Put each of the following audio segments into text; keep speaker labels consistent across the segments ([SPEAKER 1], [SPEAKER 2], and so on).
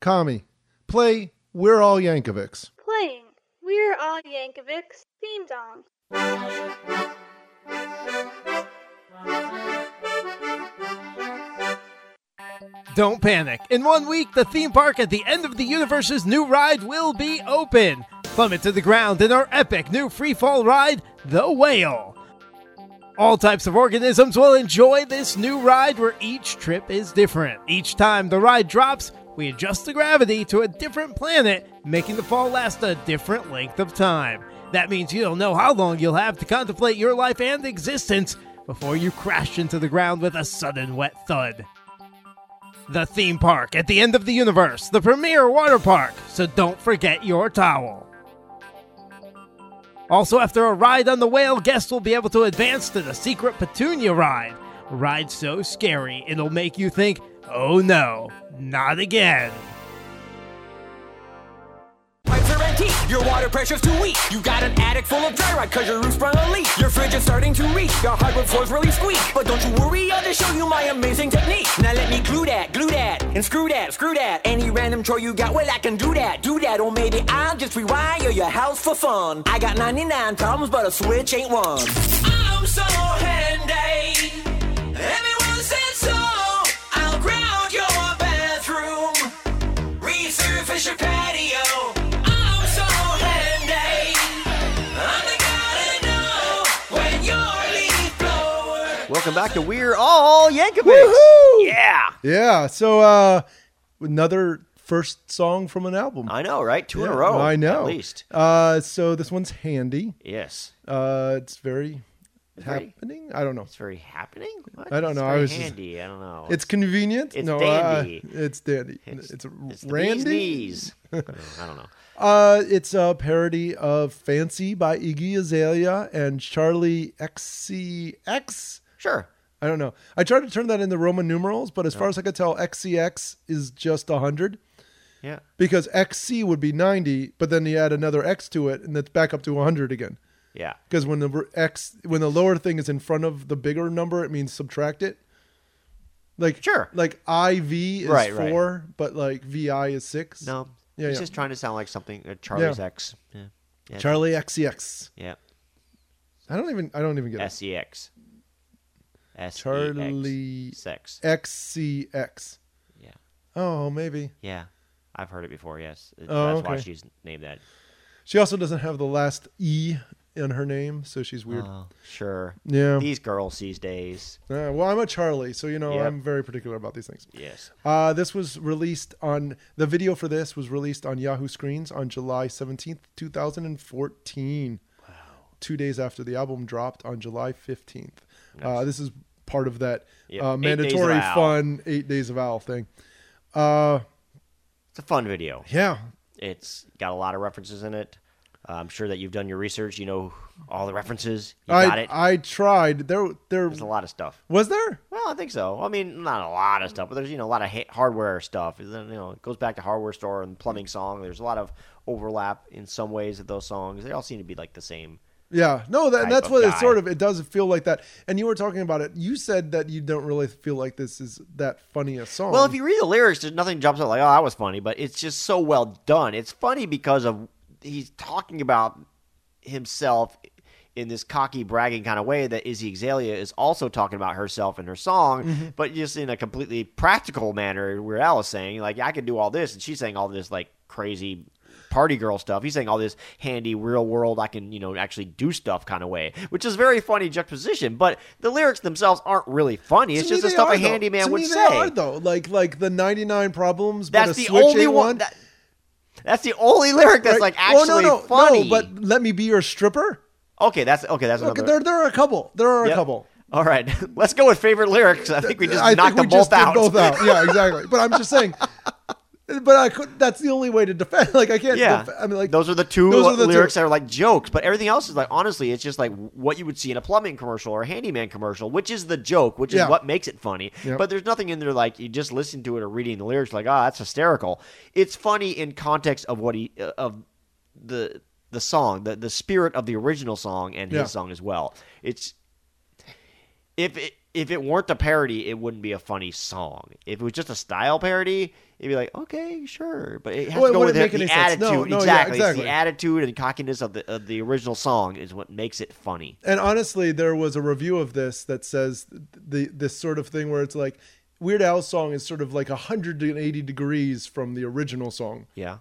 [SPEAKER 1] Kami, play We're All Yankovics.
[SPEAKER 2] Playing We're All Yankovic's theme song.
[SPEAKER 3] Don't panic. In one week, the theme park at the end of the universe's new ride will be open. Plummet to the ground in our epic new free fall ride, The Whale. All types of organisms will enjoy this new ride where each trip is different. Each time the ride drops, we adjust the gravity to a different planet, making the fall last a different length of time. That means you don't know how long you'll have to contemplate your life and existence before you crash into the ground with a sudden wet thud the theme park at the end of the universe, the premier water park, so don't forget your towel. Also, after a ride on the whale, guests will be able to advance to the secret petunia ride. A ride so scary, it'll make you think, oh no, not again.
[SPEAKER 4] Pipes are antique, your water pressure's too weak. You got an attic full of dry rot cause your roof sprung a leak. Your fridge is starting to leak, your hardwood floors really squeak. But don't you worry, I'll just show you my amazing technique. Now let me glue that, glue that, and screw that, screw that. Any random chore you got, well I can do that, do that. Or maybe I'll just rewire your house for fun. I got 99 problems, but a switch ain't one. I'm so handy. Everyone said so. I'll ground your bathroom. Resurface your patio. I'm so handy. I'm the guy to know when your leaf blower.
[SPEAKER 5] Welcome back to We're All Yankovics. Yeah.
[SPEAKER 1] Yeah, so uh, another first song from an album.
[SPEAKER 5] I know, right? Two in a
[SPEAKER 1] Yeah,
[SPEAKER 5] row.
[SPEAKER 1] I know.
[SPEAKER 5] At least.
[SPEAKER 1] Uh, so this one's handy.
[SPEAKER 5] Yes.
[SPEAKER 1] Uh, it's very
[SPEAKER 5] very-
[SPEAKER 1] happening. I don't know.
[SPEAKER 5] It's very happening. What?
[SPEAKER 1] I don't know, I
[SPEAKER 5] It's very
[SPEAKER 1] was just-
[SPEAKER 5] handy. I don't know.
[SPEAKER 1] It's convenient.
[SPEAKER 5] It's
[SPEAKER 1] no,
[SPEAKER 5] dandy.
[SPEAKER 1] Uh, it's dandy. It's,
[SPEAKER 5] It's the bee's
[SPEAKER 1] randy.
[SPEAKER 5] knees. I don't know. I don't know.
[SPEAKER 1] Uh, it's a parody of "Fancy" by Iggy Azalea and Charlie XCX.
[SPEAKER 5] Sure.
[SPEAKER 1] I don't know. I tried to turn that into Roman numerals, but as far as I could tell, XCX is just hundred
[SPEAKER 5] Yeah.
[SPEAKER 1] because XC would be ninety, but then you add another X to it, and that's back up to hundred again.
[SPEAKER 5] Yeah.
[SPEAKER 1] Because when the ver- X, when the lower thing is in front of the bigger number, it means subtract it. Like
[SPEAKER 5] Sure.
[SPEAKER 1] like IV is
[SPEAKER 5] Right, right.
[SPEAKER 1] four, but like VI is six.
[SPEAKER 5] No.
[SPEAKER 1] Yeah,
[SPEAKER 5] he's
[SPEAKER 1] yeah.
[SPEAKER 5] just trying to sound like something. Uh, Charlie's
[SPEAKER 1] Yeah.
[SPEAKER 5] X. Yeah. yeah.
[SPEAKER 1] Charlie XCX.
[SPEAKER 5] Yeah.
[SPEAKER 1] I don't even. I don't even get it.
[SPEAKER 5] S E X. S E
[SPEAKER 1] Charlie- E-
[SPEAKER 5] Sex.
[SPEAKER 1] XCX.
[SPEAKER 5] Yeah.
[SPEAKER 1] Oh, maybe.
[SPEAKER 5] Yeah. I've heard it before. Yes. That's
[SPEAKER 1] Oh,
[SPEAKER 5] why
[SPEAKER 1] okay.
[SPEAKER 5] she's named that.
[SPEAKER 1] She also doesn't have the last E in her name, so she's weird.
[SPEAKER 5] Oh, sure.
[SPEAKER 1] Yeah.
[SPEAKER 5] These girls these days.
[SPEAKER 1] Uh, well, I'm a Charlie, so you know
[SPEAKER 5] Yep.
[SPEAKER 1] I'm very particular about these things.
[SPEAKER 5] Yes.
[SPEAKER 1] Uh, this was released on the video for this was released on Yahoo Screens on July 17th, 2014. Wow. Two days after the album dropped on July 15th. Uh, this is part of that
[SPEAKER 5] Yep.
[SPEAKER 1] uh,
[SPEAKER 5] Eight Days of
[SPEAKER 1] mandatory
[SPEAKER 5] Owl.
[SPEAKER 1] fun eight days of owl thing. Uh,
[SPEAKER 5] It's a fun video.
[SPEAKER 1] yeah,
[SPEAKER 5] It's got a lot of references in it. Uh, I'm sure that you've done your research. You know all the references. You got
[SPEAKER 1] I
[SPEAKER 5] it.
[SPEAKER 1] I tried. There there
[SPEAKER 5] there's a lot of stuff.
[SPEAKER 1] was there.
[SPEAKER 5] Well, I think so. I mean, not a lot of stuff, but there's you know a lot of ha- hardware stuff. And then, You know, it goes back to hardware store and plumbing song. There's a lot of overlap in some ways of those songs. They all seem to be like the same.
[SPEAKER 1] Yeah, no, that,
[SPEAKER 5] type
[SPEAKER 1] that's
[SPEAKER 5] of
[SPEAKER 1] what it
[SPEAKER 5] guy.
[SPEAKER 1] sort of it does feel like that. And you were talking about it. You said that you don't really feel like this is that funny a song.
[SPEAKER 5] Well, if you read the lyrics, there's nothing jumps out like, oh, that was funny, but it's just so well done. It's funny because of he's talking about himself in this cocky, bragging kind of way that Izzy Exalia is also talking about herself in her song,
[SPEAKER 1] Mm-hmm.
[SPEAKER 5] but just in a completely practical manner. Where Al is saying, like, I can do all this, and she's saying all this like crazy party girl stuff. He's saying all this handy real world, I can, you know, actually do stuff kind of way, which is very funny juxtaposition. But the lyrics themselves aren't really funny.
[SPEAKER 1] To
[SPEAKER 5] It's
[SPEAKER 1] me,
[SPEAKER 5] just the
[SPEAKER 1] they
[SPEAKER 5] stuff
[SPEAKER 1] are,
[SPEAKER 5] a
[SPEAKER 1] though.
[SPEAKER 5] handyman
[SPEAKER 1] to
[SPEAKER 5] would
[SPEAKER 1] me,
[SPEAKER 5] say.
[SPEAKER 1] They are though, like like the ninety nine problems. but
[SPEAKER 5] That's
[SPEAKER 1] a
[SPEAKER 5] the
[SPEAKER 1] switch
[SPEAKER 5] only
[SPEAKER 1] ain't
[SPEAKER 5] one. that- that's the only lyric that's
[SPEAKER 1] right?
[SPEAKER 5] like
[SPEAKER 1] Well,
[SPEAKER 5] actually
[SPEAKER 1] no, no,
[SPEAKER 5] funny.
[SPEAKER 1] No, but let me be your stripper.
[SPEAKER 5] okay, that's okay. That's
[SPEAKER 1] Look,
[SPEAKER 5] another.
[SPEAKER 1] there there are a couple. There are
[SPEAKER 5] Yep.
[SPEAKER 1] a couple.
[SPEAKER 5] All right, let's go with favorite lyrics. I think we just
[SPEAKER 1] I think
[SPEAKER 5] knocked
[SPEAKER 1] we
[SPEAKER 5] them both
[SPEAKER 1] just
[SPEAKER 5] out.
[SPEAKER 1] did both out. Yeah, exactly. But I'm just saying. But I could. That's the only way to defend. Like I can't.
[SPEAKER 5] Yeah,
[SPEAKER 1] def- I mean, like
[SPEAKER 5] those are the two
[SPEAKER 1] those
[SPEAKER 5] li-
[SPEAKER 1] are the two.
[SPEAKER 5] lyrics that are like jokes, but everything else is like honestly, it's just like what you would see in a plumbing commercial or a handyman commercial, which is the joke, which
[SPEAKER 1] Yeah.
[SPEAKER 5] is what makes it funny.
[SPEAKER 1] Yep.
[SPEAKER 5] But there's nothing in there like you just listen to it or reading the lyrics like, ah, that's hysterical. It's funny in context of what he uh, of the the song, the the spirit of the original song and
[SPEAKER 1] Yeah.
[SPEAKER 5] his song as well. It's if it if it weren't a parody, it wouldn't be a funny song. If it was just a style parody, it'd be like, okay, sure, but it has
[SPEAKER 1] Well, it
[SPEAKER 5] to go with
[SPEAKER 1] wouldn't
[SPEAKER 5] the,
[SPEAKER 1] make any
[SPEAKER 5] the
[SPEAKER 1] sense.
[SPEAKER 5] attitude.
[SPEAKER 1] No, no, yeah,
[SPEAKER 5] exactly.
[SPEAKER 1] exactly.
[SPEAKER 5] It's the attitude and cockiness of the of the original song is what makes it funny.
[SPEAKER 1] And honestly, there was a review of this that says the this sort of thing where it's like Weird Al's song is sort of like 180 degrees from the original song.
[SPEAKER 5] Yeah,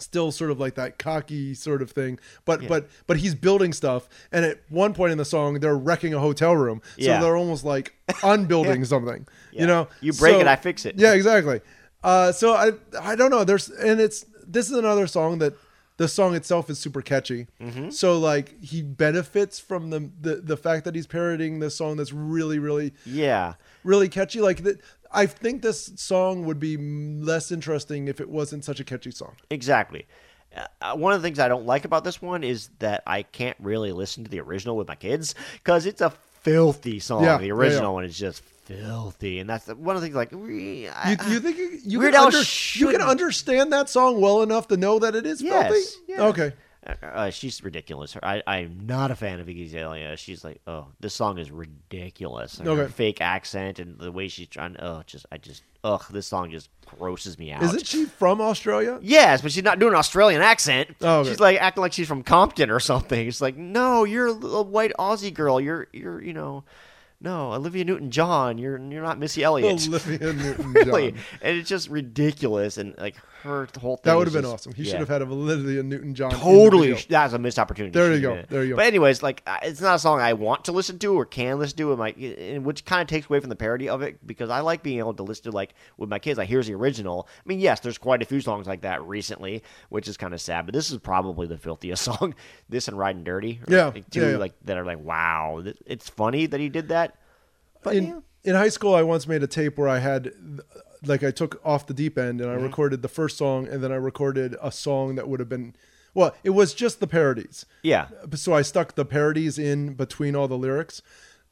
[SPEAKER 1] Still sort of like that cocky sort of thing, but but but he's building stuff. And at one point in the song, they're wrecking a hotel room, so
[SPEAKER 5] Yeah.
[SPEAKER 1] they're almost like unbuilding something.
[SPEAKER 5] Yeah.
[SPEAKER 1] You know,
[SPEAKER 5] You break
[SPEAKER 1] So-
[SPEAKER 5] it, I fix it.
[SPEAKER 1] Yeah, exactly. Uh, so I I don't know. There's and it's this is another song that the song itself is super catchy.
[SPEAKER 5] Mm-hmm.
[SPEAKER 1] So like he benefits from the, the the fact that he's parodying this song that's really really
[SPEAKER 5] yeah.
[SPEAKER 1] really catchy. Like that, I think this song would be less interesting if it wasn't such a catchy song.
[SPEAKER 5] Exactly. Uh, Uh, one of the things I don't like about this one is that I can't really listen to the original with my kids because it's a filthy song.
[SPEAKER 1] Yeah,
[SPEAKER 5] the
[SPEAKER 1] yeah,
[SPEAKER 5] original
[SPEAKER 1] yeah.
[SPEAKER 5] one is just filthy, and that's the- one of the things. Like, we- I- uh,
[SPEAKER 1] You, you think you, you
[SPEAKER 5] Weird
[SPEAKER 1] can
[SPEAKER 5] Al
[SPEAKER 1] under, you can
[SPEAKER 5] shouldn't-
[SPEAKER 1] understand that song well enough to know that it is filthy?
[SPEAKER 5] Yes, yeah.
[SPEAKER 1] Okay.
[SPEAKER 5] Uh, uh, she's ridiculous. Her- I, I'm not a fan of Iggy Azalea. She's like, oh, this song is ridiculous. And Her
[SPEAKER 1] Okay.
[SPEAKER 5] fake accent and the way she's trying. Oh, just I just ugh, this song just grosses me out.
[SPEAKER 1] Isn't she from Australia?
[SPEAKER 5] Yes, but she's not doing an Australian accent.
[SPEAKER 1] Oh, okay.
[SPEAKER 5] She's like acting like she's from Compton or something. It's like, no, you're a little white Aussie girl. You're you're you know, no Olivia Newton John. You're you're not Missy Elliott.
[SPEAKER 1] Olivia Newton-John.
[SPEAKER 5] really, and it's just ridiculous. And like her whole thing.
[SPEAKER 1] That
[SPEAKER 5] is
[SPEAKER 1] would have been
[SPEAKER 5] just-
[SPEAKER 1] awesome. He
[SPEAKER 5] yeah.
[SPEAKER 1] should have had a Olivia Newton-John. in the
[SPEAKER 5] Totally,
[SPEAKER 1] video.
[SPEAKER 5] that was a missed opportunity.
[SPEAKER 1] There you
[SPEAKER 5] Should've
[SPEAKER 1] go.
[SPEAKER 5] been it.
[SPEAKER 1] There you go.
[SPEAKER 5] But anyways, like I- it's not a song I want to listen to or can listen to, and like, and which kind of takes away from the parody of it because I like being able to listen to like with my kids. Like here's the original. I mean, yes, there's quite a few songs like that recently, which is kind of sad. But this is probably the filthiest song. This and Riding Dirty, are,
[SPEAKER 1] Yeah,
[SPEAKER 5] like, two
[SPEAKER 1] yeah, yeah.
[SPEAKER 5] like that are like wow. th- It's funny that he did that, but
[SPEAKER 1] in,
[SPEAKER 5] yeah.
[SPEAKER 1] in high school, I once made a tape where I had, like, I took off the deep end
[SPEAKER 5] Mm-hmm.
[SPEAKER 1] and I recorded the first song, and then I recorded a song that would have been, well, it was just the parodies.
[SPEAKER 5] Yeah.
[SPEAKER 1] So I stuck the parodies in between all the lyrics,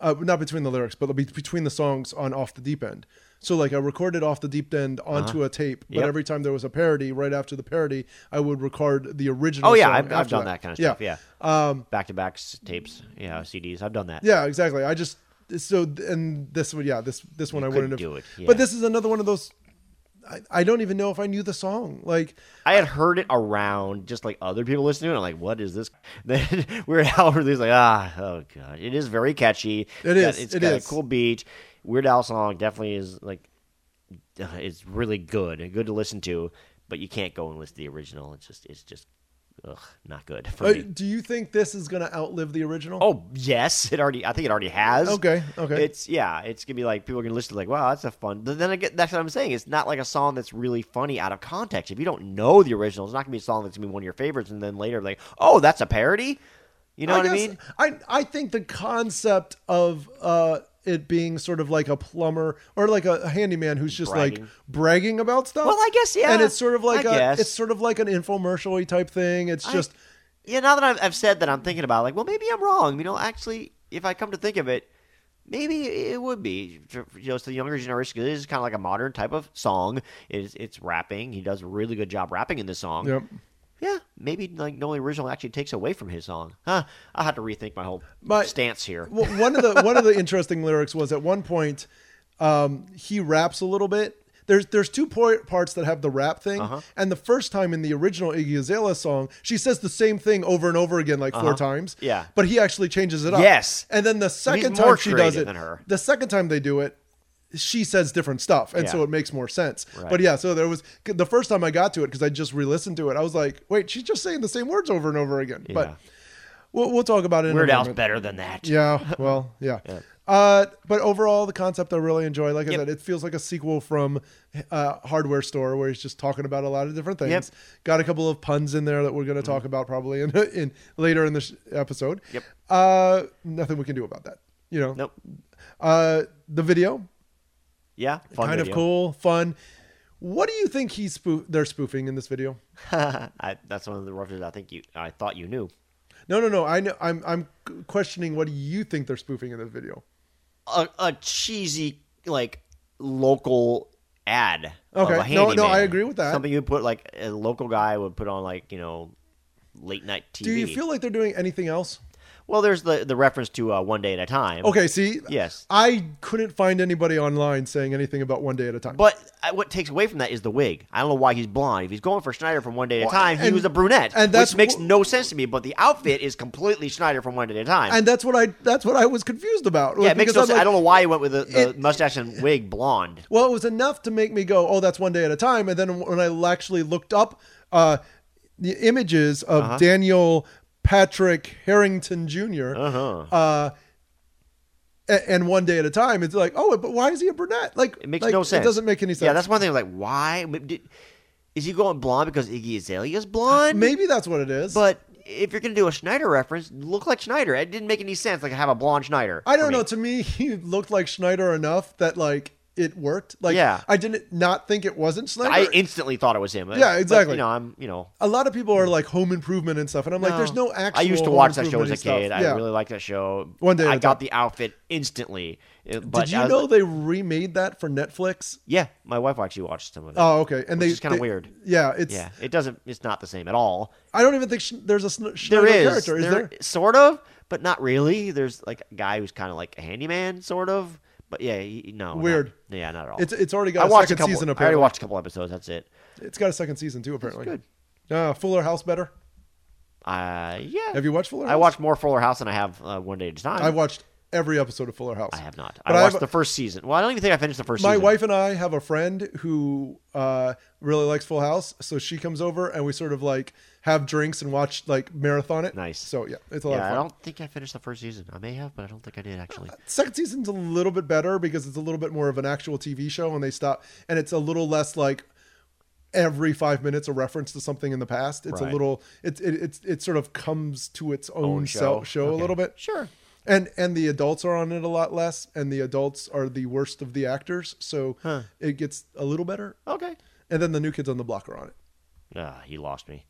[SPEAKER 1] uh, not between the lyrics, but be- between the songs on off the deep end. So like I recorded off the deep end onto a tape, but
[SPEAKER 5] Uh-huh. Yep.
[SPEAKER 1] every time there was a parody, right after the parody, I would record the original.
[SPEAKER 5] Oh yeah,
[SPEAKER 1] song
[SPEAKER 5] I've, I've
[SPEAKER 1] after
[SPEAKER 5] done that. kind of stuff. Yeah, um, back to back tapes, yeah, CDs. I've done that.
[SPEAKER 1] Yeah, exactly. I just so and this one, yeah, this this one I wouldn't have.
[SPEAKER 5] couldn't do it, yeah.
[SPEAKER 1] But this is another one of those. I, I don't even know if I knew the song. Like,
[SPEAKER 5] I had heard it around just like other people listening to it. I'm like, what is this? Then Weird Al released like, ah, oh god, it is very catchy.
[SPEAKER 1] It
[SPEAKER 5] It
[SPEAKER 1] is,
[SPEAKER 5] Got, it's
[SPEAKER 1] it
[SPEAKER 5] got
[SPEAKER 1] is.
[SPEAKER 5] a cool beat. Weird Al song definitely is like, uh, it's really good and good to listen to. But you can't go and listen to the original. It's just, it's just, ugh, not good for
[SPEAKER 1] uh,
[SPEAKER 5] me.
[SPEAKER 1] do you think this is gonna outlive the original?
[SPEAKER 5] Oh yes, it already. I think it already has.
[SPEAKER 1] Okay, okay.
[SPEAKER 5] It's yeah. It's gonna be like people are gonna listen to like, wow, that's a fun. But then I get that's what I'm saying. It's not like a song that's really funny out of context. If you don't know the original, it's not gonna be a song that's gonna be one of your favorites. And then later, like, oh, that's a parody. You know what I
[SPEAKER 1] guess-
[SPEAKER 5] mean?
[SPEAKER 1] I I think the concept of uh it being sort of like a plumber or like a handyman who's just like
[SPEAKER 5] Bragging.
[SPEAKER 1] bragging about stuff.
[SPEAKER 5] Well, I guess, yeah.
[SPEAKER 1] And it's sort of like a
[SPEAKER 5] I guess.
[SPEAKER 1] it's sort of like an infomercial type thing. It's just
[SPEAKER 5] Yeah. Now that I've, I've said that, I'm thinking about like, well, maybe I'm wrong. You know, actually, if I come to think of it. Maybe it would be for- you know, to the younger generation 'cause it is kind of like a modern type of song. It's it's rapping. He does a really good job rapping in this song.
[SPEAKER 1] yep.
[SPEAKER 5] Yeah, maybe like no the original actually takes away from his song. Huh? I had to rethink my whole
[SPEAKER 1] My-
[SPEAKER 5] stance here.
[SPEAKER 1] Well, one of the one of the interesting lyrics was at one point um, he raps a little bit. There's there's two po- parts that have the rap thing,
[SPEAKER 5] Uh-huh.
[SPEAKER 1] and the first time in the original Iggy Azalea song, she says the same thing over and over again like four times.
[SPEAKER 5] Uh-huh. Yeah.
[SPEAKER 1] but he actually changes it up.
[SPEAKER 5] Yes.
[SPEAKER 1] and then the second time
[SPEAKER 5] more
[SPEAKER 1] she does
[SPEAKER 5] creative
[SPEAKER 1] it,
[SPEAKER 5] than her.
[SPEAKER 1] the second time they do it. She says different stuff, and so
[SPEAKER 5] Yeah.
[SPEAKER 1] it makes more sense.
[SPEAKER 5] Right.
[SPEAKER 1] But yeah, so there was the first time I got to it because I just re-listened to it. I was like, "Wait, she's just saying the same words over and over again."
[SPEAKER 5] Yeah.
[SPEAKER 1] But we'll, we'll talk about it. in
[SPEAKER 5] Weird
[SPEAKER 1] a
[SPEAKER 5] Al's
[SPEAKER 1] moment.
[SPEAKER 5] better than that.
[SPEAKER 1] Yeah, well, yeah. Uh, but overall, the concept I really enjoy. Like I said, it feels like a sequel from uh, Hardware Store, where he's just talking about a lot of different things.
[SPEAKER 5] Yep. Mm-hmm.
[SPEAKER 1] Got a couple of puns in there that we're going to talk about probably in, in later in this episode.
[SPEAKER 5] Yep.
[SPEAKER 1] Uh, nothing we can do about that. You know.
[SPEAKER 5] Nope.
[SPEAKER 1] Uh, the video,
[SPEAKER 5] Yeah. Fun
[SPEAKER 1] kind
[SPEAKER 5] video.
[SPEAKER 1] of cool, fun. What do you think he's spoof? They're spoofing in this video.
[SPEAKER 5] I, that's one of the references I think you. I thought you knew.
[SPEAKER 1] No, no, no. I know. I'm I'm questioning what do you think they're spoofing in this video.
[SPEAKER 5] A, a cheesy like local ad. of
[SPEAKER 1] Okay.
[SPEAKER 5] a
[SPEAKER 1] No, no,
[SPEAKER 5] handyman.
[SPEAKER 1] I agree with that.
[SPEAKER 5] Something you put like a local guy would put on like you know late night TV.
[SPEAKER 1] Do you feel like they're doing anything else?
[SPEAKER 5] Well, there's the, the reference to uh, One Day at a Time.
[SPEAKER 1] Okay, see,
[SPEAKER 5] Yes.
[SPEAKER 1] I couldn't find anybody online saying anything about one day at a time.
[SPEAKER 5] But uh, what takes away from that is the wig. I don't know why he's blonde. If he's going for Schneider from One Day at a
[SPEAKER 1] Well,
[SPEAKER 5] Time, he
[SPEAKER 1] and-
[SPEAKER 5] was a brunette,
[SPEAKER 1] and that's
[SPEAKER 5] which makes
[SPEAKER 1] wh-
[SPEAKER 5] no sense to me. But the outfit is completely Schneider from One Day at a Time.
[SPEAKER 1] and that's what I that's what I was confused about.
[SPEAKER 5] yeah,
[SPEAKER 1] Like,
[SPEAKER 5] it makes
[SPEAKER 1] because
[SPEAKER 5] no
[SPEAKER 1] I'm
[SPEAKER 5] sense.
[SPEAKER 1] like,
[SPEAKER 5] I don't know why he went with the, the
[SPEAKER 1] it-
[SPEAKER 5] mustache and wig blonde.
[SPEAKER 1] Well, it was enough to make me go, "Oh, that's one day at a time." And then when I actually looked up uh, the images of Daniel Patrick Harrington junior
[SPEAKER 5] Uh-huh.
[SPEAKER 1] Uh, a- and one day at a time, it's like, "Oh, but why is he a brunette?" Like,
[SPEAKER 5] It makes
[SPEAKER 1] like,
[SPEAKER 5] no sense.
[SPEAKER 1] It doesn't make any sense.
[SPEAKER 5] Yeah, that's one thing. Like, why did, is he going blonde because Iggy Azalea is blonde?
[SPEAKER 1] maybe that's what it is.
[SPEAKER 5] But if you're gonna do a Schneider reference, look like Schneider. It didn't make any sense. Like, have a blonde Schneider.
[SPEAKER 1] I
[SPEAKER 5] for
[SPEAKER 1] don't
[SPEAKER 5] me.
[SPEAKER 1] know. To me, he looked like Schneider enough that like it worked. Like,
[SPEAKER 5] Yeah.
[SPEAKER 1] I didn't not think it wasn't Schneider.
[SPEAKER 5] I instantly thought it was him. But,
[SPEAKER 1] exactly.
[SPEAKER 5] you know, I'm. You know,
[SPEAKER 1] a lot of people are like home improvement and stuff, and I'm like, there's no actual.
[SPEAKER 5] I used to
[SPEAKER 1] Home
[SPEAKER 5] watch that show as
[SPEAKER 1] Improvement-y
[SPEAKER 5] a kid.
[SPEAKER 1] stuff.
[SPEAKER 5] I
[SPEAKER 1] Yeah.
[SPEAKER 5] really liked that show.
[SPEAKER 1] One Day at
[SPEAKER 5] I
[SPEAKER 1] a
[SPEAKER 5] got
[SPEAKER 1] Time.
[SPEAKER 5] the outfit instantly. It- But
[SPEAKER 1] Did you
[SPEAKER 5] I was
[SPEAKER 1] know
[SPEAKER 5] like-
[SPEAKER 1] they remade that for Netflix?
[SPEAKER 5] yeah, my wife actually watched some of it.
[SPEAKER 1] Oh, okay. And
[SPEAKER 5] Which
[SPEAKER 1] they
[SPEAKER 5] is kinda
[SPEAKER 1] they-
[SPEAKER 5] weird.
[SPEAKER 1] Yeah, it's.
[SPEAKER 5] yeah, it doesn't. It's not the same at all.
[SPEAKER 1] I don't even think sh- there's a Schn- Schneider
[SPEAKER 5] There is,
[SPEAKER 1] character. Is there?
[SPEAKER 5] sort of, but not really. There's like a guy who's kind of like a handyman, sort of. But yeah, he, no, not-
[SPEAKER 1] Weird.
[SPEAKER 5] yeah, not at all.
[SPEAKER 1] It's it's already
[SPEAKER 5] I
[SPEAKER 1] got a
[SPEAKER 5] watched
[SPEAKER 1] second
[SPEAKER 5] a couple.
[SPEAKER 1] season.
[SPEAKER 5] I already
[SPEAKER 1] Apparently,
[SPEAKER 5] watched a couple episodes. That's it.
[SPEAKER 1] it's got a second season too. Apparently,
[SPEAKER 5] good.
[SPEAKER 1] Uh, Fuller House better.
[SPEAKER 5] Uh, yeah.
[SPEAKER 1] Have you watched Fuller? House?
[SPEAKER 5] I watched more Fuller House than I have uh, One Day at a Time.
[SPEAKER 1] I've watched every episode of Fuller House.
[SPEAKER 5] I have not.
[SPEAKER 1] But
[SPEAKER 5] I
[SPEAKER 1] I've-
[SPEAKER 5] watched the first season. Well, I don't even think I finished the first
[SPEAKER 1] My
[SPEAKER 5] season.
[SPEAKER 1] wife and I have a friend who uh, really likes Full House, so she comes over and we sort of like have drinks and watch like marathon it.
[SPEAKER 5] Nice.
[SPEAKER 1] So yeah, it's a lot of
[SPEAKER 5] Yeah,
[SPEAKER 1] fun.
[SPEAKER 5] I don't think I finished the first season. I may have, but I don't think I did actually.
[SPEAKER 1] second season's a little bit better because it's a little bit more of an actual TV show and they stop and it's a little less like every five minutes a reference to something in the past. It's
[SPEAKER 5] Right.
[SPEAKER 1] a little it, it it's it sort of comes to its own,
[SPEAKER 5] Own
[SPEAKER 1] show,
[SPEAKER 5] show.
[SPEAKER 1] show
[SPEAKER 5] Okay.
[SPEAKER 1] a little bit.
[SPEAKER 5] Sure.
[SPEAKER 1] And and the adults are on it a lot less and the adults are the worst of the actors, so it gets a little better.
[SPEAKER 5] Okay.
[SPEAKER 1] And then the new kids on the block are on it.
[SPEAKER 5] Ah, you lost me.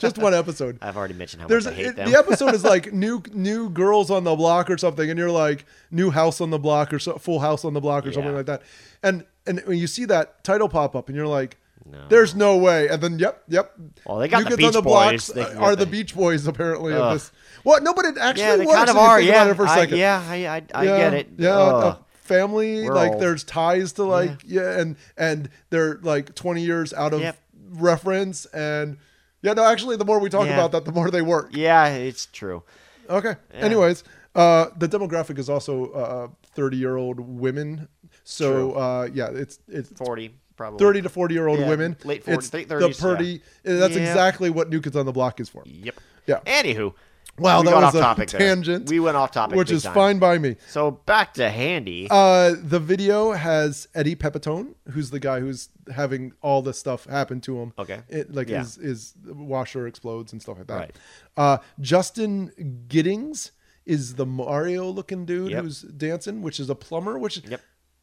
[SPEAKER 1] Just one episode.
[SPEAKER 5] I've already mentioned how
[SPEAKER 1] There's
[SPEAKER 5] much I hate
[SPEAKER 1] it,
[SPEAKER 5] them.
[SPEAKER 1] the episode is like new new girls on the block or something, and you're like new house on the block or so, full house on the block or something
[SPEAKER 5] Yeah.
[SPEAKER 1] like that. And and when you see that title pop up, and you're like,
[SPEAKER 5] No.
[SPEAKER 1] "There's no way." And then, yep, yep.
[SPEAKER 5] Well, they got
[SPEAKER 1] New
[SPEAKER 5] the
[SPEAKER 1] Kids on
[SPEAKER 5] Beach Boys.
[SPEAKER 1] Blocks
[SPEAKER 5] They can
[SPEAKER 1] are
[SPEAKER 5] get
[SPEAKER 1] the
[SPEAKER 5] the-
[SPEAKER 1] Beach Boys apparently
[SPEAKER 5] Ugh.
[SPEAKER 1] of this? What? No, but it actually
[SPEAKER 5] yeah, they
[SPEAKER 1] works
[SPEAKER 5] kind of
[SPEAKER 1] if you
[SPEAKER 5] are.
[SPEAKER 1] think
[SPEAKER 5] Yeah,
[SPEAKER 1] about it for a
[SPEAKER 5] I-
[SPEAKER 1] second.
[SPEAKER 5] yeah, I, I, I
[SPEAKER 1] Yeah,
[SPEAKER 5] get it.
[SPEAKER 1] Yeah, uh,
[SPEAKER 5] Ugh.
[SPEAKER 1] a family
[SPEAKER 5] We're
[SPEAKER 1] like
[SPEAKER 5] old.
[SPEAKER 1] there's ties to like yeah. and and they're like 20 years out of
[SPEAKER 5] Yep.
[SPEAKER 1] reference and yeah, no, actually the more we talk
[SPEAKER 5] Yeah.
[SPEAKER 1] about that the more they work.
[SPEAKER 5] yeah, it's true.
[SPEAKER 1] Okay. Anyways, uh, the demographic is also uh, thirty-year-old women. So
[SPEAKER 5] True.
[SPEAKER 1] uh, yeah, it's it's
[SPEAKER 5] Forty probably.
[SPEAKER 1] thirty to forty-year-old
[SPEAKER 5] Yeah,
[SPEAKER 1] women.
[SPEAKER 5] late 40s,
[SPEAKER 1] It's
[SPEAKER 5] late
[SPEAKER 1] the
[SPEAKER 5] 30s,
[SPEAKER 1] pretty. That's
[SPEAKER 5] Yeah.
[SPEAKER 1] exactly what New Kids on the Block is for.
[SPEAKER 5] Yep.
[SPEAKER 1] Yeah.
[SPEAKER 5] Anywho,
[SPEAKER 1] Wow,
[SPEAKER 5] we
[SPEAKER 1] that
[SPEAKER 5] got
[SPEAKER 1] was
[SPEAKER 5] off
[SPEAKER 1] a
[SPEAKER 5] topic there.
[SPEAKER 1] tangent.
[SPEAKER 5] We went off topic,
[SPEAKER 1] which
[SPEAKER 5] big
[SPEAKER 1] is
[SPEAKER 5] time.
[SPEAKER 1] fine by me.
[SPEAKER 5] So back to Handy.
[SPEAKER 1] Uh, the video has Eddie Pepitone, who's the guy who's having all this stuff happen to him.
[SPEAKER 5] Okay.
[SPEAKER 1] It, like
[SPEAKER 5] Yeah.
[SPEAKER 1] his, his washer explodes and stuff like that.
[SPEAKER 5] Right.
[SPEAKER 1] Uh, Justin Giddings is the Mario looking dude
[SPEAKER 5] Yep.
[SPEAKER 1] who's dancing, which is a plumber, which
[SPEAKER 5] Yep.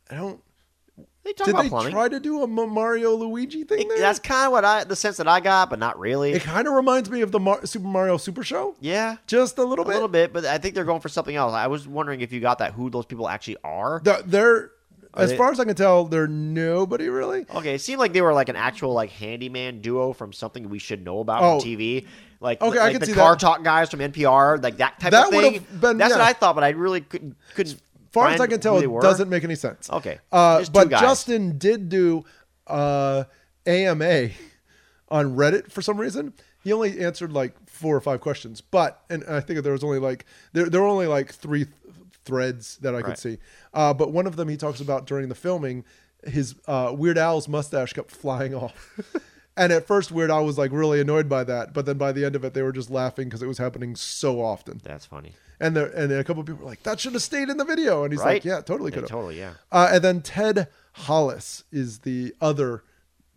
[SPEAKER 1] I don't.
[SPEAKER 5] they talk
[SPEAKER 1] did
[SPEAKER 5] about
[SPEAKER 1] they
[SPEAKER 5] plumbing.
[SPEAKER 1] try to do a Ma- Mario Luigi thing
[SPEAKER 5] It-
[SPEAKER 1] there?
[SPEAKER 5] that's kind of what I, the sense that I got, but not really.
[SPEAKER 1] it kind of reminds me of the Mar- Super Mario Super Show.
[SPEAKER 5] yeah,
[SPEAKER 1] Just a little
[SPEAKER 5] a
[SPEAKER 1] bit.
[SPEAKER 5] little bit, but I think they're going for something else. I was wondering if you got that who those people actually are.
[SPEAKER 1] Th- They're, as
[SPEAKER 5] they-
[SPEAKER 1] far as I can tell, they're nobody really.
[SPEAKER 5] Okay, it seemed like they were like an actual like handyman duo from something we should know about
[SPEAKER 1] Oh.
[SPEAKER 5] from TV. Like,
[SPEAKER 1] Okay, I
[SPEAKER 5] like
[SPEAKER 1] can
[SPEAKER 5] the
[SPEAKER 1] see
[SPEAKER 5] car
[SPEAKER 1] that.
[SPEAKER 5] talk guys from NPR, like that type
[SPEAKER 1] That
[SPEAKER 5] of
[SPEAKER 1] would've
[SPEAKER 5] thing.
[SPEAKER 1] been-
[SPEAKER 5] That's what
[SPEAKER 1] yeah.
[SPEAKER 5] I thought, but I really couldn't. couldn't
[SPEAKER 1] far as
[SPEAKER 5] find
[SPEAKER 1] I can tell,
[SPEAKER 5] who they
[SPEAKER 1] it
[SPEAKER 5] were. Oh,
[SPEAKER 1] doesn't make any sense.
[SPEAKER 5] Okay.
[SPEAKER 1] Uh,
[SPEAKER 5] Just two
[SPEAKER 1] but
[SPEAKER 5] guys.
[SPEAKER 1] Justin did do uh, AMA on Reddit for some reason. He only answered like four or five questions, but and I think there was only like there there were only like three th- threads that I
[SPEAKER 5] Right.
[SPEAKER 1] could see. Uh, but one of them he talks about during the filming, his uh, Weird Al's mustache kept flying off. And at first, Weird Al was like really annoyed by that, but then by the end of it, they were just laughing because it was happening so often.
[SPEAKER 5] That's funny,
[SPEAKER 1] And there, and a couple of people were like, "That should have stayed in the video." And he's
[SPEAKER 5] right?
[SPEAKER 1] like, "Yeah, totally could have."
[SPEAKER 5] Totally, yeah.
[SPEAKER 1] Uh, and then Ted Hollis is the other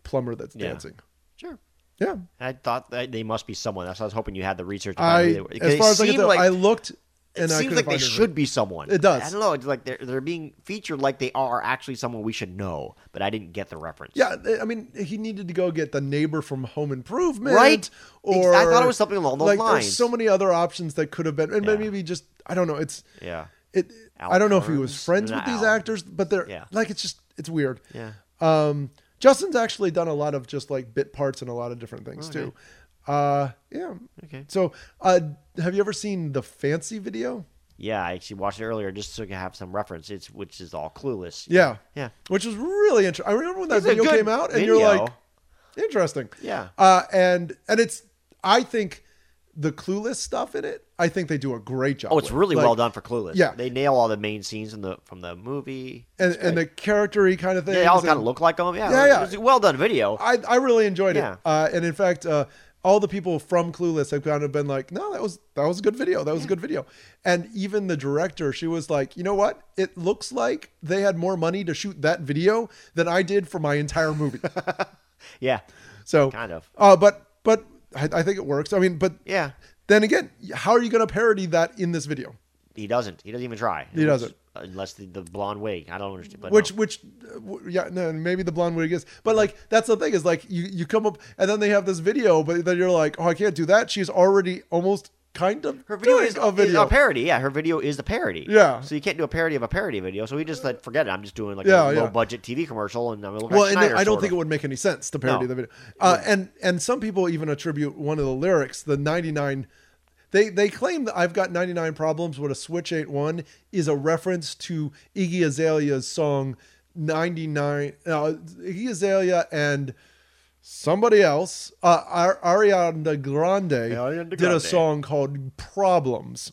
[SPEAKER 1] plumber that's
[SPEAKER 5] Yeah.
[SPEAKER 1] dancing.
[SPEAKER 5] Sure.
[SPEAKER 1] Yeah,
[SPEAKER 5] I thought that they must be someone. That's why I was hoping you had the research. to find who
[SPEAKER 1] I
[SPEAKER 5] they were. 'Cause
[SPEAKER 1] as
[SPEAKER 5] it
[SPEAKER 1] far as I can
[SPEAKER 5] seemed
[SPEAKER 1] tell,
[SPEAKER 5] like-
[SPEAKER 1] I looked,
[SPEAKER 5] It
[SPEAKER 1] and I
[SPEAKER 5] seems
[SPEAKER 1] couldn't
[SPEAKER 5] like they
[SPEAKER 1] find anything.
[SPEAKER 5] should be someone.
[SPEAKER 1] It does.
[SPEAKER 5] I don't know. It's like they're they're being featured like they are actually someone we should know, but I didn't get the reference.
[SPEAKER 1] Yeah, I mean, he needed to go get the neighbor from Home Improvement,
[SPEAKER 5] Right?
[SPEAKER 1] Or
[SPEAKER 5] I thought it was something along those
[SPEAKER 1] like,
[SPEAKER 5] lines.
[SPEAKER 1] There's so many other options that could have been, and
[SPEAKER 5] Yeah.
[SPEAKER 1] maybe just I don't know. It's
[SPEAKER 5] Yeah.
[SPEAKER 1] it.
[SPEAKER 5] Al
[SPEAKER 1] I don't know if he
[SPEAKER 5] Kearns?
[SPEAKER 1] was friends
[SPEAKER 5] No,
[SPEAKER 1] with these
[SPEAKER 5] Al.
[SPEAKER 1] actors, but they're
[SPEAKER 5] Yeah.
[SPEAKER 1] like it's just it's weird.
[SPEAKER 5] Yeah.
[SPEAKER 1] Um, Justin's actually done a lot of just like bit parts and a lot of different things too. Uh, yeah.
[SPEAKER 5] Oh, Okay.
[SPEAKER 1] So, uh, have you ever seen the fancy video?
[SPEAKER 5] Yeah, I actually watched it earlier just to have some reference. It's which is all clueless.
[SPEAKER 1] Yeah.
[SPEAKER 5] Yeah.
[SPEAKER 1] Which was really interesting. I remember when that
[SPEAKER 5] It's a
[SPEAKER 1] video
[SPEAKER 5] good
[SPEAKER 1] came out, and you're
[SPEAKER 5] video.
[SPEAKER 1] like, interesting.
[SPEAKER 5] Yeah.
[SPEAKER 1] Uh, and and it's I think the clueless stuff in it. I think they do a great job.
[SPEAKER 5] Oh, it's
[SPEAKER 1] with.
[SPEAKER 5] really
[SPEAKER 1] Like,
[SPEAKER 5] well done for Clueless.
[SPEAKER 1] yeah.
[SPEAKER 5] They nail all the main scenes in the from the movie.
[SPEAKER 1] And, and the charactery kind of thing.
[SPEAKER 5] They all kind of look like them. Yeah.
[SPEAKER 1] Yeah, yeah.
[SPEAKER 5] It's a well done video.
[SPEAKER 1] I, I really enjoyed
[SPEAKER 5] Yeah.
[SPEAKER 1] it. Uh, and in fact, uh, all the people from Clueless have kind of been like, no, that was that was a good video. That was a good video. And even the director, she was like, you know what? It looks like they had more money to shoot that video than I did for my entire movie.
[SPEAKER 5] Yeah.
[SPEAKER 1] so
[SPEAKER 5] Kind of.
[SPEAKER 1] Uh, but but I, I think it works. I mean, but
[SPEAKER 5] Yeah.
[SPEAKER 1] Then again, how are you going to parody that in this video?
[SPEAKER 5] He doesn't. He doesn't even try. uh,
[SPEAKER 1] He doesn't.
[SPEAKER 5] Unless the, the blonde wig. I don't understand. But
[SPEAKER 1] Which,
[SPEAKER 5] no.
[SPEAKER 1] which, uh, w- yeah, no, maybe the blonde wig is, but like that's the thing is like you you come up and then they have this video, but then you're like, oh, I can't do that. She's already almost kind of
[SPEAKER 5] her video
[SPEAKER 1] doing
[SPEAKER 5] is
[SPEAKER 1] a video.
[SPEAKER 5] is a parody. Yeah, her video is a parody.
[SPEAKER 1] Yeah.
[SPEAKER 5] So you can't do a parody of a parody video. So he just like forget it. I'm just doing like
[SPEAKER 1] Yeah,
[SPEAKER 5] a
[SPEAKER 1] yeah.
[SPEAKER 5] low budget TV commercial and I'm looking
[SPEAKER 1] well,
[SPEAKER 5] at
[SPEAKER 1] and
[SPEAKER 5] Schneider,
[SPEAKER 1] then I don't
[SPEAKER 5] sort
[SPEAKER 1] think
[SPEAKER 5] of.
[SPEAKER 1] it would make any sense to parody
[SPEAKER 5] No.
[SPEAKER 1] the video. Uh, And and some people even attribute one of the lyrics, the 99. They they claim that I've got 99 problems, but a switch ain't one is a reference to Iggy Azalea's song 99. Uh, Iggy Azalea and somebody else, uh, Ar- Ariana Grande,
[SPEAKER 5] Ariana
[SPEAKER 1] did a
[SPEAKER 5] Grande.
[SPEAKER 1] song called Problems.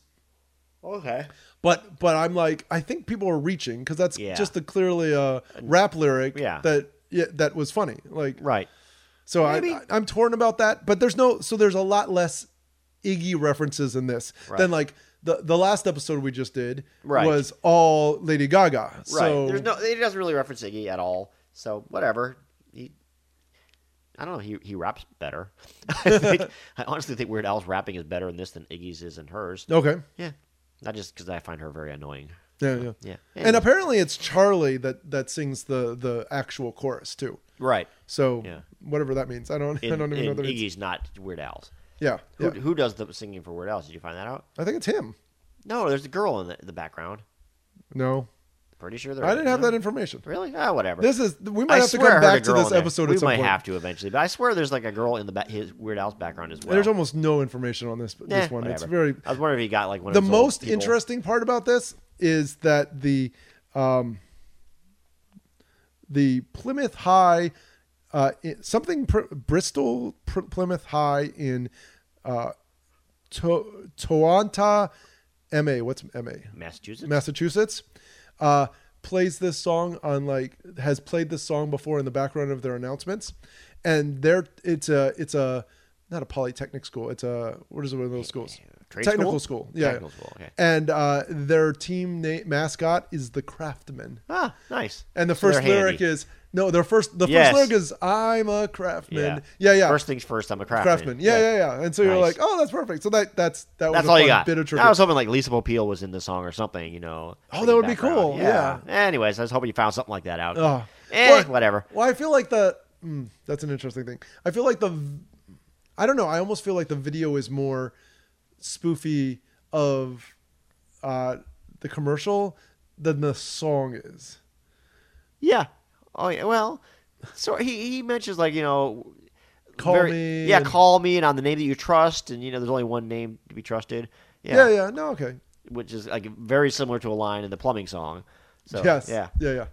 [SPEAKER 5] Okay.
[SPEAKER 1] But but I'm like I think people are reaching because that's
[SPEAKER 5] Yeah.
[SPEAKER 1] just a clearly a rap lyric
[SPEAKER 5] Yeah.
[SPEAKER 1] that yeah, that was funny like
[SPEAKER 5] Right.
[SPEAKER 1] so I,
[SPEAKER 5] Maybe.
[SPEAKER 1] I I'm torn about that but there's no so there's a lot less Iggy references in this than like the the last episode we just did
[SPEAKER 5] Right.
[SPEAKER 1] was all Lady Gaga
[SPEAKER 5] Right.
[SPEAKER 1] so
[SPEAKER 5] There's no. It doesn't really reference Iggy at all. So whatever. He, I don't know. He he raps better. I, think, I honestly think Weird Al's rapping is better in this than Iggy's is in hers.
[SPEAKER 1] okay
[SPEAKER 5] Yeah. Not just because I find her very annoying.
[SPEAKER 1] yeah yeah.
[SPEAKER 5] Yeah.
[SPEAKER 1] And apparently it's Charlie that, that sings the, the actual chorus too.
[SPEAKER 5] right.
[SPEAKER 1] So
[SPEAKER 5] Yeah.
[SPEAKER 1] whatever that means, I don't
[SPEAKER 5] In,
[SPEAKER 1] I don't even know
[SPEAKER 5] in
[SPEAKER 1] what that means.
[SPEAKER 5] Iggy's not Weird Al's.
[SPEAKER 1] Yeah,
[SPEAKER 5] Who,
[SPEAKER 1] yeah.
[SPEAKER 5] who does the singing for Weird Al's? Did you find that out?
[SPEAKER 1] I think it's him.
[SPEAKER 5] No, there's a girl in the, the background.
[SPEAKER 1] No,
[SPEAKER 5] Pretty sure there.
[SPEAKER 1] I
[SPEAKER 5] is,
[SPEAKER 1] didn't have
[SPEAKER 5] no?
[SPEAKER 1] that information.
[SPEAKER 5] Really? Ah, whatever.
[SPEAKER 1] This is we might
[SPEAKER 5] I
[SPEAKER 1] have to
[SPEAKER 5] swear I
[SPEAKER 1] come
[SPEAKER 5] heard a
[SPEAKER 1] back to
[SPEAKER 5] girl
[SPEAKER 1] this
[SPEAKER 5] in there.
[SPEAKER 1] episode
[SPEAKER 5] We
[SPEAKER 1] at some
[SPEAKER 5] might
[SPEAKER 1] point.
[SPEAKER 5] have to eventually, but I swear there's like a girl in the back, his Weird Al's background as well.
[SPEAKER 1] There's almost no information on this
[SPEAKER 5] Eh,
[SPEAKER 1] this one. It's
[SPEAKER 5] whatever.
[SPEAKER 1] very
[SPEAKER 5] I was wondering if he got like one.
[SPEAKER 1] the
[SPEAKER 5] of his old
[SPEAKER 1] most
[SPEAKER 5] people.
[SPEAKER 1] interesting part about this is that the um, the Plymouth High uh, i- something pr- Bristol pr- Plymouth High in uh, to- Toanta, MA. What's MA?
[SPEAKER 5] Massachusetts.
[SPEAKER 1] Massachusetts, uh, plays this song on like has played this song before in the background of their announcements, and there it's a it's a not a polytechnic school. It's a what is it one of those schools?
[SPEAKER 5] Trade
[SPEAKER 1] Technical
[SPEAKER 5] school?
[SPEAKER 1] school, yeah.
[SPEAKER 5] Technical school, okay.
[SPEAKER 1] And uh, their team na- mascot is the Craftsman.
[SPEAKER 5] ah, nice.
[SPEAKER 1] And the
[SPEAKER 5] So
[SPEAKER 1] first
[SPEAKER 5] they're
[SPEAKER 1] lyric
[SPEAKER 5] handy.
[SPEAKER 1] is no, their first the
[SPEAKER 5] Yes.
[SPEAKER 1] first lyric is I'm a Craftsman.
[SPEAKER 5] yeah,
[SPEAKER 1] Yeah, yeah.
[SPEAKER 5] First things first, I'm a craftsman.
[SPEAKER 1] Craftsman. Yeah, yeah, yeah. And so you're like,
[SPEAKER 5] Nice.
[SPEAKER 1] oh, that's perfect. So that that's that was
[SPEAKER 5] That's
[SPEAKER 1] a
[SPEAKER 5] all
[SPEAKER 1] fun
[SPEAKER 5] you got.
[SPEAKER 1] bit of trivia.
[SPEAKER 5] I was hoping like Lisa Popeil was in the song or something, you know.
[SPEAKER 1] Oh, that would be
[SPEAKER 5] background.
[SPEAKER 1] cool,
[SPEAKER 5] Anyways, I was hoping you found something like that out.
[SPEAKER 1] Oh.
[SPEAKER 5] Eh,
[SPEAKER 1] Well,
[SPEAKER 5] whatever.
[SPEAKER 1] Well, I feel like the mm, that's an interesting thing. I feel like the I don't know. I almost feel like the video is more spoofy of uh, the commercial than the song is.
[SPEAKER 5] Yeah. Oh yeah. Well, so he he mentions like you know,
[SPEAKER 1] Call
[SPEAKER 5] very-
[SPEAKER 1] me
[SPEAKER 5] Yeah,
[SPEAKER 1] and-
[SPEAKER 5] call me and on the name that you trust, and you know, there's only one name to be trusted.
[SPEAKER 1] Yeah, yeah. No, okay.
[SPEAKER 5] Which is like very similar to a line in the plumbing song. So
[SPEAKER 1] yes.
[SPEAKER 5] yeah,
[SPEAKER 1] Yeah. Yeah.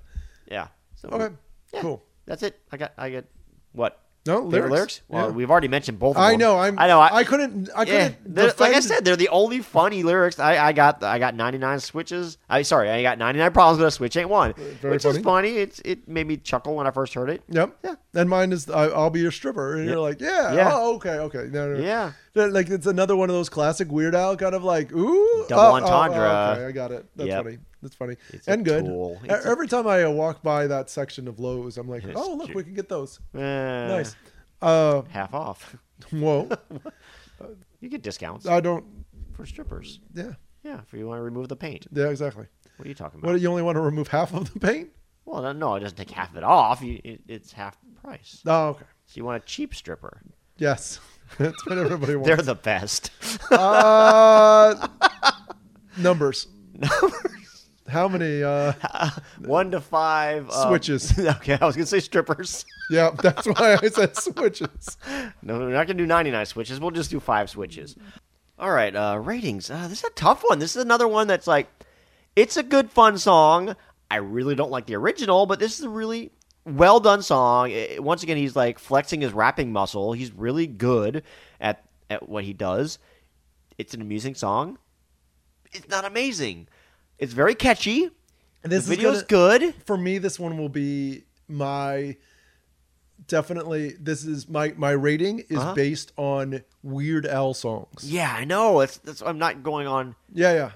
[SPEAKER 5] yeah. So,
[SPEAKER 1] Okay.
[SPEAKER 5] Yeah.
[SPEAKER 1] Cool.
[SPEAKER 5] That's it. I got. I got. What?
[SPEAKER 1] No,
[SPEAKER 5] Favorite
[SPEAKER 1] lyrics.
[SPEAKER 5] lyrics? Well,
[SPEAKER 1] Yeah.
[SPEAKER 5] we've already mentioned both. of
[SPEAKER 1] I
[SPEAKER 5] them.
[SPEAKER 1] know. I'm.
[SPEAKER 5] I know. I,
[SPEAKER 1] couldn't. I
[SPEAKER 5] yeah,
[SPEAKER 1] couldn't.
[SPEAKER 5] they're- like I
[SPEAKER 1] defend-
[SPEAKER 5] said, they're the only funny lyrics. I, I got I got 99 switches. I sorry, I got 99 problems, but a switch ain't one,
[SPEAKER 1] very
[SPEAKER 5] which
[SPEAKER 1] funny.
[SPEAKER 5] is funny. It's it made me chuckle when I first heard it.
[SPEAKER 1] Yep.
[SPEAKER 5] Yeah.
[SPEAKER 1] And mine is I, I'll be your stripper, and you're like, yeah,
[SPEAKER 5] Yeah.
[SPEAKER 1] oh, okay, okay, no, no, no.
[SPEAKER 5] Yeah.
[SPEAKER 1] They're Like it's another one of those classic Weird Al kind of like, ooh, Oh,
[SPEAKER 5] Double entendre.
[SPEAKER 1] okay, I got it. That's
[SPEAKER 5] Yep.
[SPEAKER 1] funny. That's funny
[SPEAKER 5] It's a
[SPEAKER 1] and good.
[SPEAKER 5] tool.
[SPEAKER 1] E-
[SPEAKER 5] It's a-
[SPEAKER 1] Every time I uh, walk by that section of Lowe's, I'm like,
[SPEAKER 5] It's
[SPEAKER 1] oh look,
[SPEAKER 5] ju-
[SPEAKER 1] we can get those.
[SPEAKER 5] Eh,
[SPEAKER 1] Nice. Uh,
[SPEAKER 5] Half off.
[SPEAKER 1] whoa,
[SPEAKER 5] You get discounts
[SPEAKER 1] I don't.
[SPEAKER 5] for strippers.
[SPEAKER 1] Yeah,
[SPEAKER 5] Yeah, if you want to remove the paint.
[SPEAKER 1] yeah, exactly.
[SPEAKER 5] What are you talking about?
[SPEAKER 1] What you only want to remove half of the paint?
[SPEAKER 5] well, no, no, it doesn't take half of it off. You, it, it's half price.
[SPEAKER 1] Oh, okay.
[SPEAKER 5] So you want a cheap stripper.
[SPEAKER 1] Yes, that's what everybody wants.
[SPEAKER 5] They're the best.
[SPEAKER 1] Uh, numbers. Numbers. How many? Uh,
[SPEAKER 5] One to five uh,
[SPEAKER 1] Switches.
[SPEAKER 5] Okay, I was gonna say strippers.
[SPEAKER 1] yeah, that's why I said switches.
[SPEAKER 5] No, we're not gonna do ninety nine switches. We'll just do five switches. All right, uh, ratings. Uh, this is a tough one. This is another one that's like, it's a good fun song. I really don't like the original, but this is a really well done song. I- once again, he's like flexing his rapping muscle. He's really good at at what he does. It's an amusing song. It's not amazing. It's very catchy.
[SPEAKER 1] This
[SPEAKER 5] the video's good.
[SPEAKER 1] for me this one will be my definitely this is my my rating is based on weird al songs
[SPEAKER 5] Uh-huh. Yeah, I know. It's, that's I'm not going on.
[SPEAKER 1] yeah yeah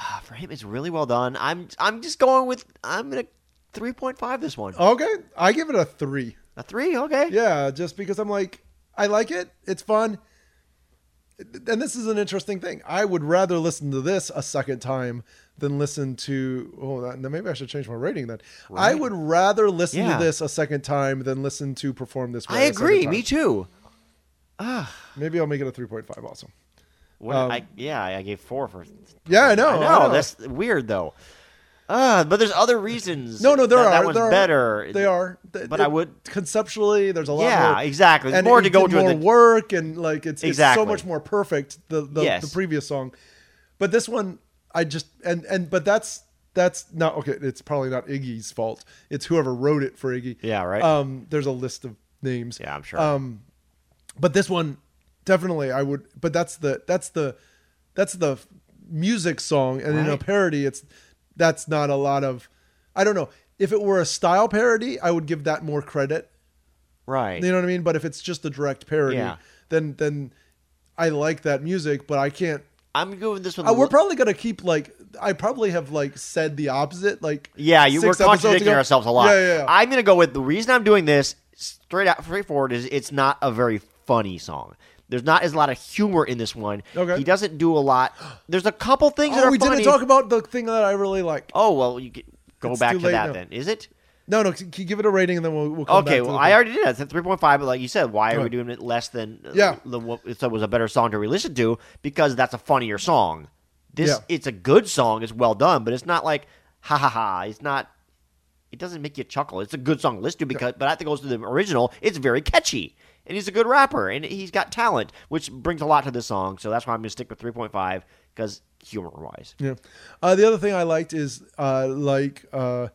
[SPEAKER 5] Ah, for him, it's really well done. I'm I'm just going with I'm gonna three point five this one.
[SPEAKER 1] okay i give it a three
[SPEAKER 5] A three, okay.
[SPEAKER 1] Oh. yeah just because i'm like i like it it's fun and this is an interesting thing i would rather listen to this a second time than listen to oh that, now maybe i should change my rating then i would rather listen
[SPEAKER 5] Yeah.
[SPEAKER 1] to this a second time than listen to perform this way
[SPEAKER 5] I
[SPEAKER 1] a second
[SPEAKER 5] agree.
[SPEAKER 1] time.
[SPEAKER 5] Me too.
[SPEAKER 1] maybe i'll make it a 3.5 also
[SPEAKER 5] What, I, yeah, I gave four for.
[SPEAKER 1] yeah Um, Oh, i know
[SPEAKER 5] I know that's weird though. Uh, but there's other reasons.
[SPEAKER 1] No, no, there
[SPEAKER 5] that,
[SPEAKER 1] are.
[SPEAKER 5] That one's
[SPEAKER 1] there are-
[SPEAKER 5] better.
[SPEAKER 1] They are. Th-
[SPEAKER 5] But
[SPEAKER 1] it-
[SPEAKER 5] I would-
[SPEAKER 1] conceptually. There's a lot.
[SPEAKER 5] Yeah,
[SPEAKER 1] more,
[SPEAKER 5] exactly. There's
[SPEAKER 1] and
[SPEAKER 5] more
[SPEAKER 1] it
[SPEAKER 5] to go
[SPEAKER 1] did
[SPEAKER 5] to
[SPEAKER 1] More
[SPEAKER 5] than-
[SPEAKER 1] work and like it's,
[SPEAKER 5] Exactly.
[SPEAKER 1] it's so much more perfect. The the,
[SPEAKER 5] Yes.
[SPEAKER 1] the previous song, but this one I just and and but that's that's not okay. It's probably not Iggy's fault. It's whoever wrote it for Iggy.
[SPEAKER 5] Yeah, right.
[SPEAKER 1] Um, there's a list of names.
[SPEAKER 5] Yeah, I'm sure.
[SPEAKER 1] Um, but this one definitely I would. But that's the that's the that's the f- music song, and in a
[SPEAKER 5] Right.
[SPEAKER 1] parody, it's that's not a lot of. I don't know if it were a style parody, I would give that more credit.
[SPEAKER 5] right.
[SPEAKER 1] You know what I mean? But if it's just a direct parody,
[SPEAKER 5] Yeah.
[SPEAKER 1] then then I like that music, but I can't.
[SPEAKER 5] I'm going with this one.
[SPEAKER 1] I, we're
[SPEAKER 5] li-
[SPEAKER 1] probably gonna keep like I probably have like said the opposite. Like
[SPEAKER 5] Yeah, you were
[SPEAKER 1] six episodes
[SPEAKER 5] contradicting
[SPEAKER 1] ago.
[SPEAKER 5] ourselves a lot.
[SPEAKER 1] Yeah, yeah. yeah.
[SPEAKER 5] I'm gonna go with the reason I'm doing this straight out straightforward is it's not a very funny song. There's not as a lot of humor in this one.
[SPEAKER 1] Okay.
[SPEAKER 5] He doesn't do a lot. There's a couple things that
[SPEAKER 1] oh,
[SPEAKER 5] are
[SPEAKER 1] we
[SPEAKER 5] funny.
[SPEAKER 1] didn't talk about the thing that I really like.
[SPEAKER 5] oh well, you get, go
[SPEAKER 1] It's
[SPEAKER 5] back
[SPEAKER 1] too
[SPEAKER 5] to
[SPEAKER 1] late
[SPEAKER 5] that
[SPEAKER 1] now.
[SPEAKER 5] then. Is it?
[SPEAKER 1] No, no, c- c- give it a rating and then we'll, we'll come back
[SPEAKER 5] Okay,
[SPEAKER 1] to
[SPEAKER 5] well,
[SPEAKER 1] the
[SPEAKER 5] I
[SPEAKER 1] thing.
[SPEAKER 5] already did that. It's at 3.5, but like you said, why are we
[SPEAKER 1] Right.
[SPEAKER 5] doing it less than uh,
[SPEAKER 1] Yeah.
[SPEAKER 5] the, what we said was a better song to re-listen to? Because that's a funnier song. This
[SPEAKER 1] Yeah.
[SPEAKER 5] it's a good song, it's well done, but it's not like ha ha ha. It's not. It doesn't make you chuckle. It's a good song to listen to because, but I think it goes to the original. It's very catchy, and he's a good rapper, and he's got talent, which brings a lot to this song. So that's why I'm gonna stick with 3.5 because humor wise.
[SPEAKER 1] Yeah. Uh, the other thing I liked is uh, like uh,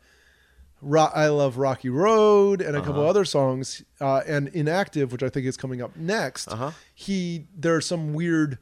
[SPEAKER 1] Ro- I love Rocky Road and a couple other songs uh, and Inactive, which I think is coming up next. He there are some weird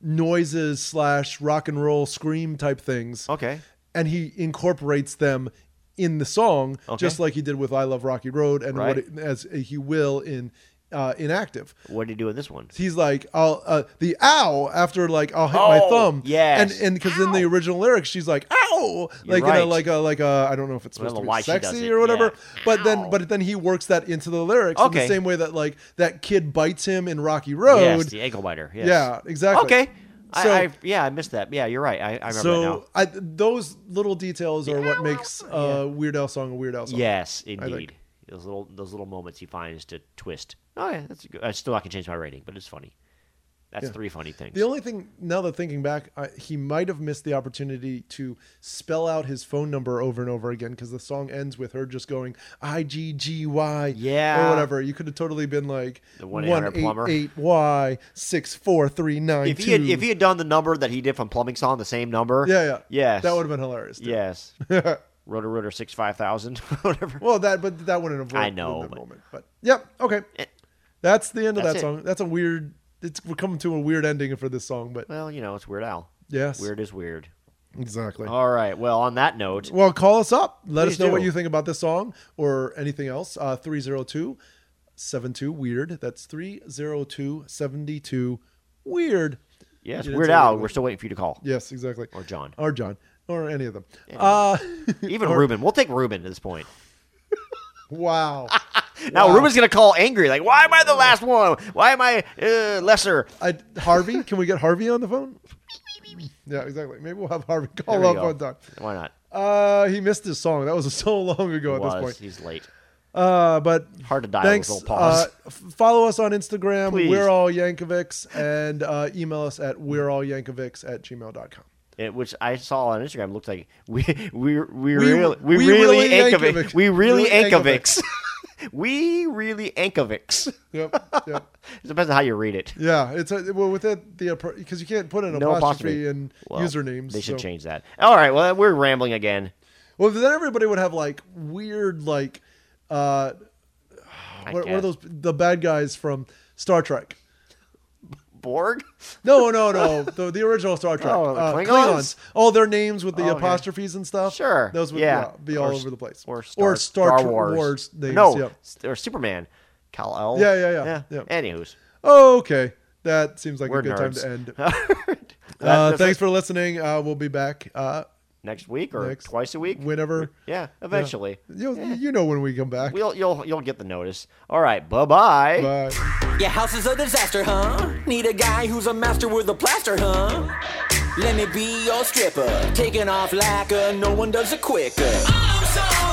[SPEAKER 1] noises slash rock and roll scream type things.
[SPEAKER 5] Okay.
[SPEAKER 1] And he incorporates them in the song, just
[SPEAKER 5] Okay.
[SPEAKER 1] like he did with I Love Rocky Road and
[SPEAKER 5] Right.
[SPEAKER 1] what it, as he will in uh, Inactive
[SPEAKER 5] What did he do in this one?
[SPEAKER 1] he's like I'll uh, the ow after like I'll hit my
[SPEAKER 5] Oh,
[SPEAKER 1] thumb.
[SPEAKER 5] yes.
[SPEAKER 1] and and because in the original lyrics she's like ow,
[SPEAKER 5] You're
[SPEAKER 1] like in a,
[SPEAKER 5] right.
[SPEAKER 1] like a like a I don't know if it's supposed
[SPEAKER 5] Well,
[SPEAKER 1] to
[SPEAKER 5] why
[SPEAKER 1] be
[SPEAKER 5] she does
[SPEAKER 1] sexy
[SPEAKER 5] it,
[SPEAKER 1] or whatever.
[SPEAKER 5] yeah.
[SPEAKER 1] But
[SPEAKER 5] Ow.
[SPEAKER 1] then but then he works that into the lyrics in
[SPEAKER 5] Okay.
[SPEAKER 1] the same way that like that kid bites him in Rocky Road.
[SPEAKER 5] Yes, the ankle biter. Yes.
[SPEAKER 1] Yeah, exactly.
[SPEAKER 5] Okay. I,
[SPEAKER 1] So-
[SPEAKER 5] I, yeah, I missed that. Yeah, you're right. I, I remember that now.
[SPEAKER 1] So I, those little details are what makes a Weird Al song a Weird Al song.
[SPEAKER 5] Yes,
[SPEAKER 1] think.
[SPEAKER 5] indeed. Those little those little moments he finds to twist. Oh yeah, that's good. I still I can change my rating, but it's funny. That's three funny things.
[SPEAKER 1] The only thing now that thinking back, I, he might have missed the opportunity to spell out his phone number over and over again because the song ends with her just going I G G Y
[SPEAKER 5] Yeah.
[SPEAKER 1] or whatever. You could have totally been like
[SPEAKER 5] The 1-800 plumber.
[SPEAKER 1] one eight eight Y six four three nine two.
[SPEAKER 5] if he had, if he had done the number that he did from Plumbing Song, the same number.
[SPEAKER 1] yeah yeah
[SPEAKER 5] Yes.
[SPEAKER 1] that would have been hilarious. dude.
[SPEAKER 5] Yes. Rotor Rotor six five thousand whatever.
[SPEAKER 1] Well, that but that wouldn't have worked
[SPEAKER 5] I know,
[SPEAKER 1] in that
[SPEAKER 5] but- Eh.
[SPEAKER 1] moment. But yep, okay. That's the end of
[SPEAKER 5] That's
[SPEAKER 1] that
[SPEAKER 5] it.
[SPEAKER 1] song. That's a weird. It's we're coming to a weird ending for this song, but
[SPEAKER 5] Well, you know it's Weird Al.
[SPEAKER 1] Yes.
[SPEAKER 5] Weird Oh, is weird.
[SPEAKER 1] exactly.
[SPEAKER 5] All right. Well, on that note,
[SPEAKER 1] Well, call us up. Let
[SPEAKER 5] Please
[SPEAKER 1] us know what
[SPEAKER 5] do.
[SPEAKER 1] you think about this song or anything else. Uh, 302 72 Weird. That's 302 72 Weird.
[SPEAKER 5] yes,
[SPEAKER 1] You didn't
[SPEAKER 5] Weird
[SPEAKER 1] say
[SPEAKER 5] Al.
[SPEAKER 1] that.
[SPEAKER 5] We're still waiting for you to call.
[SPEAKER 1] Yes, exactly.
[SPEAKER 5] Or John.
[SPEAKER 1] Or John. Or any of them. Uh,
[SPEAKER 5] Even Ruben. We'll take Ruben at this point.
[SPEAKER 1] wow.
[SPEAKER 5] Now Ruben's gonna call angry. Like, why am I the last one? Why am I uh, lesser?
[SPEAKER 1] I, Harvey, can we get Harvey on the phone? Yeah, exactly. Maybe Oh, we'll have Harvey
[SPEAKER 5] There
[SPEAKER 1] call
[SPEAKER 5] we
[SPEAKER 1] up
[SPEAKER 5] go.
[SPEAKER 1] one time.
[SPEAKER 5] Why not?
[SPEAKER 1] Uh, he missed his song. That was so long ago at
[SPEAKER 5] Was.
[SPEAKER 1] this point.
[SPEAKER 5] He's late.
[SPEAKER 1] Uh, but
[SPEAKER 5] Hard to dial
[SPEAKER 1] thanks.
[SPEAKER 5] with a little pause.
[SPEAKER 1] Uh, f- follow us on Instagram.
[SPEAKER 5] Please.
[SPEAKER 1] We're all Yankovics and uh, email us at we're all Yankovics at gmail.com.
[SPEAKER 5] it, which I saw on Instagram, looked like we
[SPEAKER 1] We-
[SPEAKER 5] we we, really we,
[SPEAKER 1] we really
[SPEAKER 5] really, Ankovic.
[SPEAKER 1] Ankovic.
[SPEAKER 5] we really
[SPEAKER 1] Really
[SPEAKER 5] Ankovics. we really Ankovics.
[SPEAKER 1] Yep. yep.
[SPEAKER 5] It depends on how you read it.
[SPEAKER 1] Yeah, it's a, well with it the because you can't put an
[SPEAKER 5] No
[SPEAKER 1] apostrophe
[SPEAKER 5] apostrophe
[SPEAKER 1] in
[SPEAKER 5] Well,
[SPEAKER 1] usernames.
[SPEAKER 5] They should
[SPEAKER 1] so-
[SPEAKER 5] change that. All right. Well, we're rambling again.
[SPEAKER 1] Well, then everybody would have like weird like uh,
[SPEAKER 5] I
[SPEAKER 1] what, what are
[SPEAKER 5] guess.
[SPEAKER 1] those the bad guys from Star Trek?
[SPEAKER 5] Borg?
[SPEAKER 1] No, no, no. The, the original Star Trek.
[SPEAKER 5] Oh, the
[SPEAKER 1] uh,
[SPEAKER 5] Klingons?
[SPEAKER 1] All their names with the
[SPEAKER 5] Oh, yeah.
[SPEAKER 1] apostrophes and stuff.
[SPEAKER 5] Sure.
[SPEAKER 1] Those would
[SPEAKER 5] yeah.
[SPEAKER 1] yeah, be all
[SPEAKER 5] Or
[SPEAKER 1] over the place.
[SPEAKER 5] Or Star, Star
[SPEAKER 1] Trek
[SPEAKER 5] Wars.
[SPEAKER 1] names.
[SPEAKER 5] No.
[SPEAKER 1] Yep.
[SPEAKER 5] S- Or Superman. Kal El.
[SPEAKER 1] Yeah, yeah, yeah, yeah.
[SPEAKER 5] Anywho's.
[SPEAKER 1] Oh, Okay. That seems like
[SPEAKER 5] We're
[SPEAKER 1] a good time
[SPEAKER 5] nerds.
[SPEAKER 1] to end.
[SPEAKER 5] That-
[SPEAKER 1] Uh,
[SPEAKER 5] that's
[SPEAKER 1] thanks
[SPEAKER 5] it.
[SPEAKER 1] for listening. Uh, we'll be back uh,
[SPEAKER 5] next week or
[SPEAKER 1] next
[SPEAKER 5] twice a week.
[SPEAKER 1] whenever.
[SPEAKER 5] Yeah, eventually.
[SPEAKER 1] You, you know when we come back.
[SPEAKER 5] We'll you'll you'll get the notice. All right. Bye-bye.
[SPEAKER 1] Bye.
[SPEAKER 4] Your house is a disaster, huh? Need a guy who's a master with a plaster, huh? Let me be your stripper. Taking off like a no one does it quicker. I'm so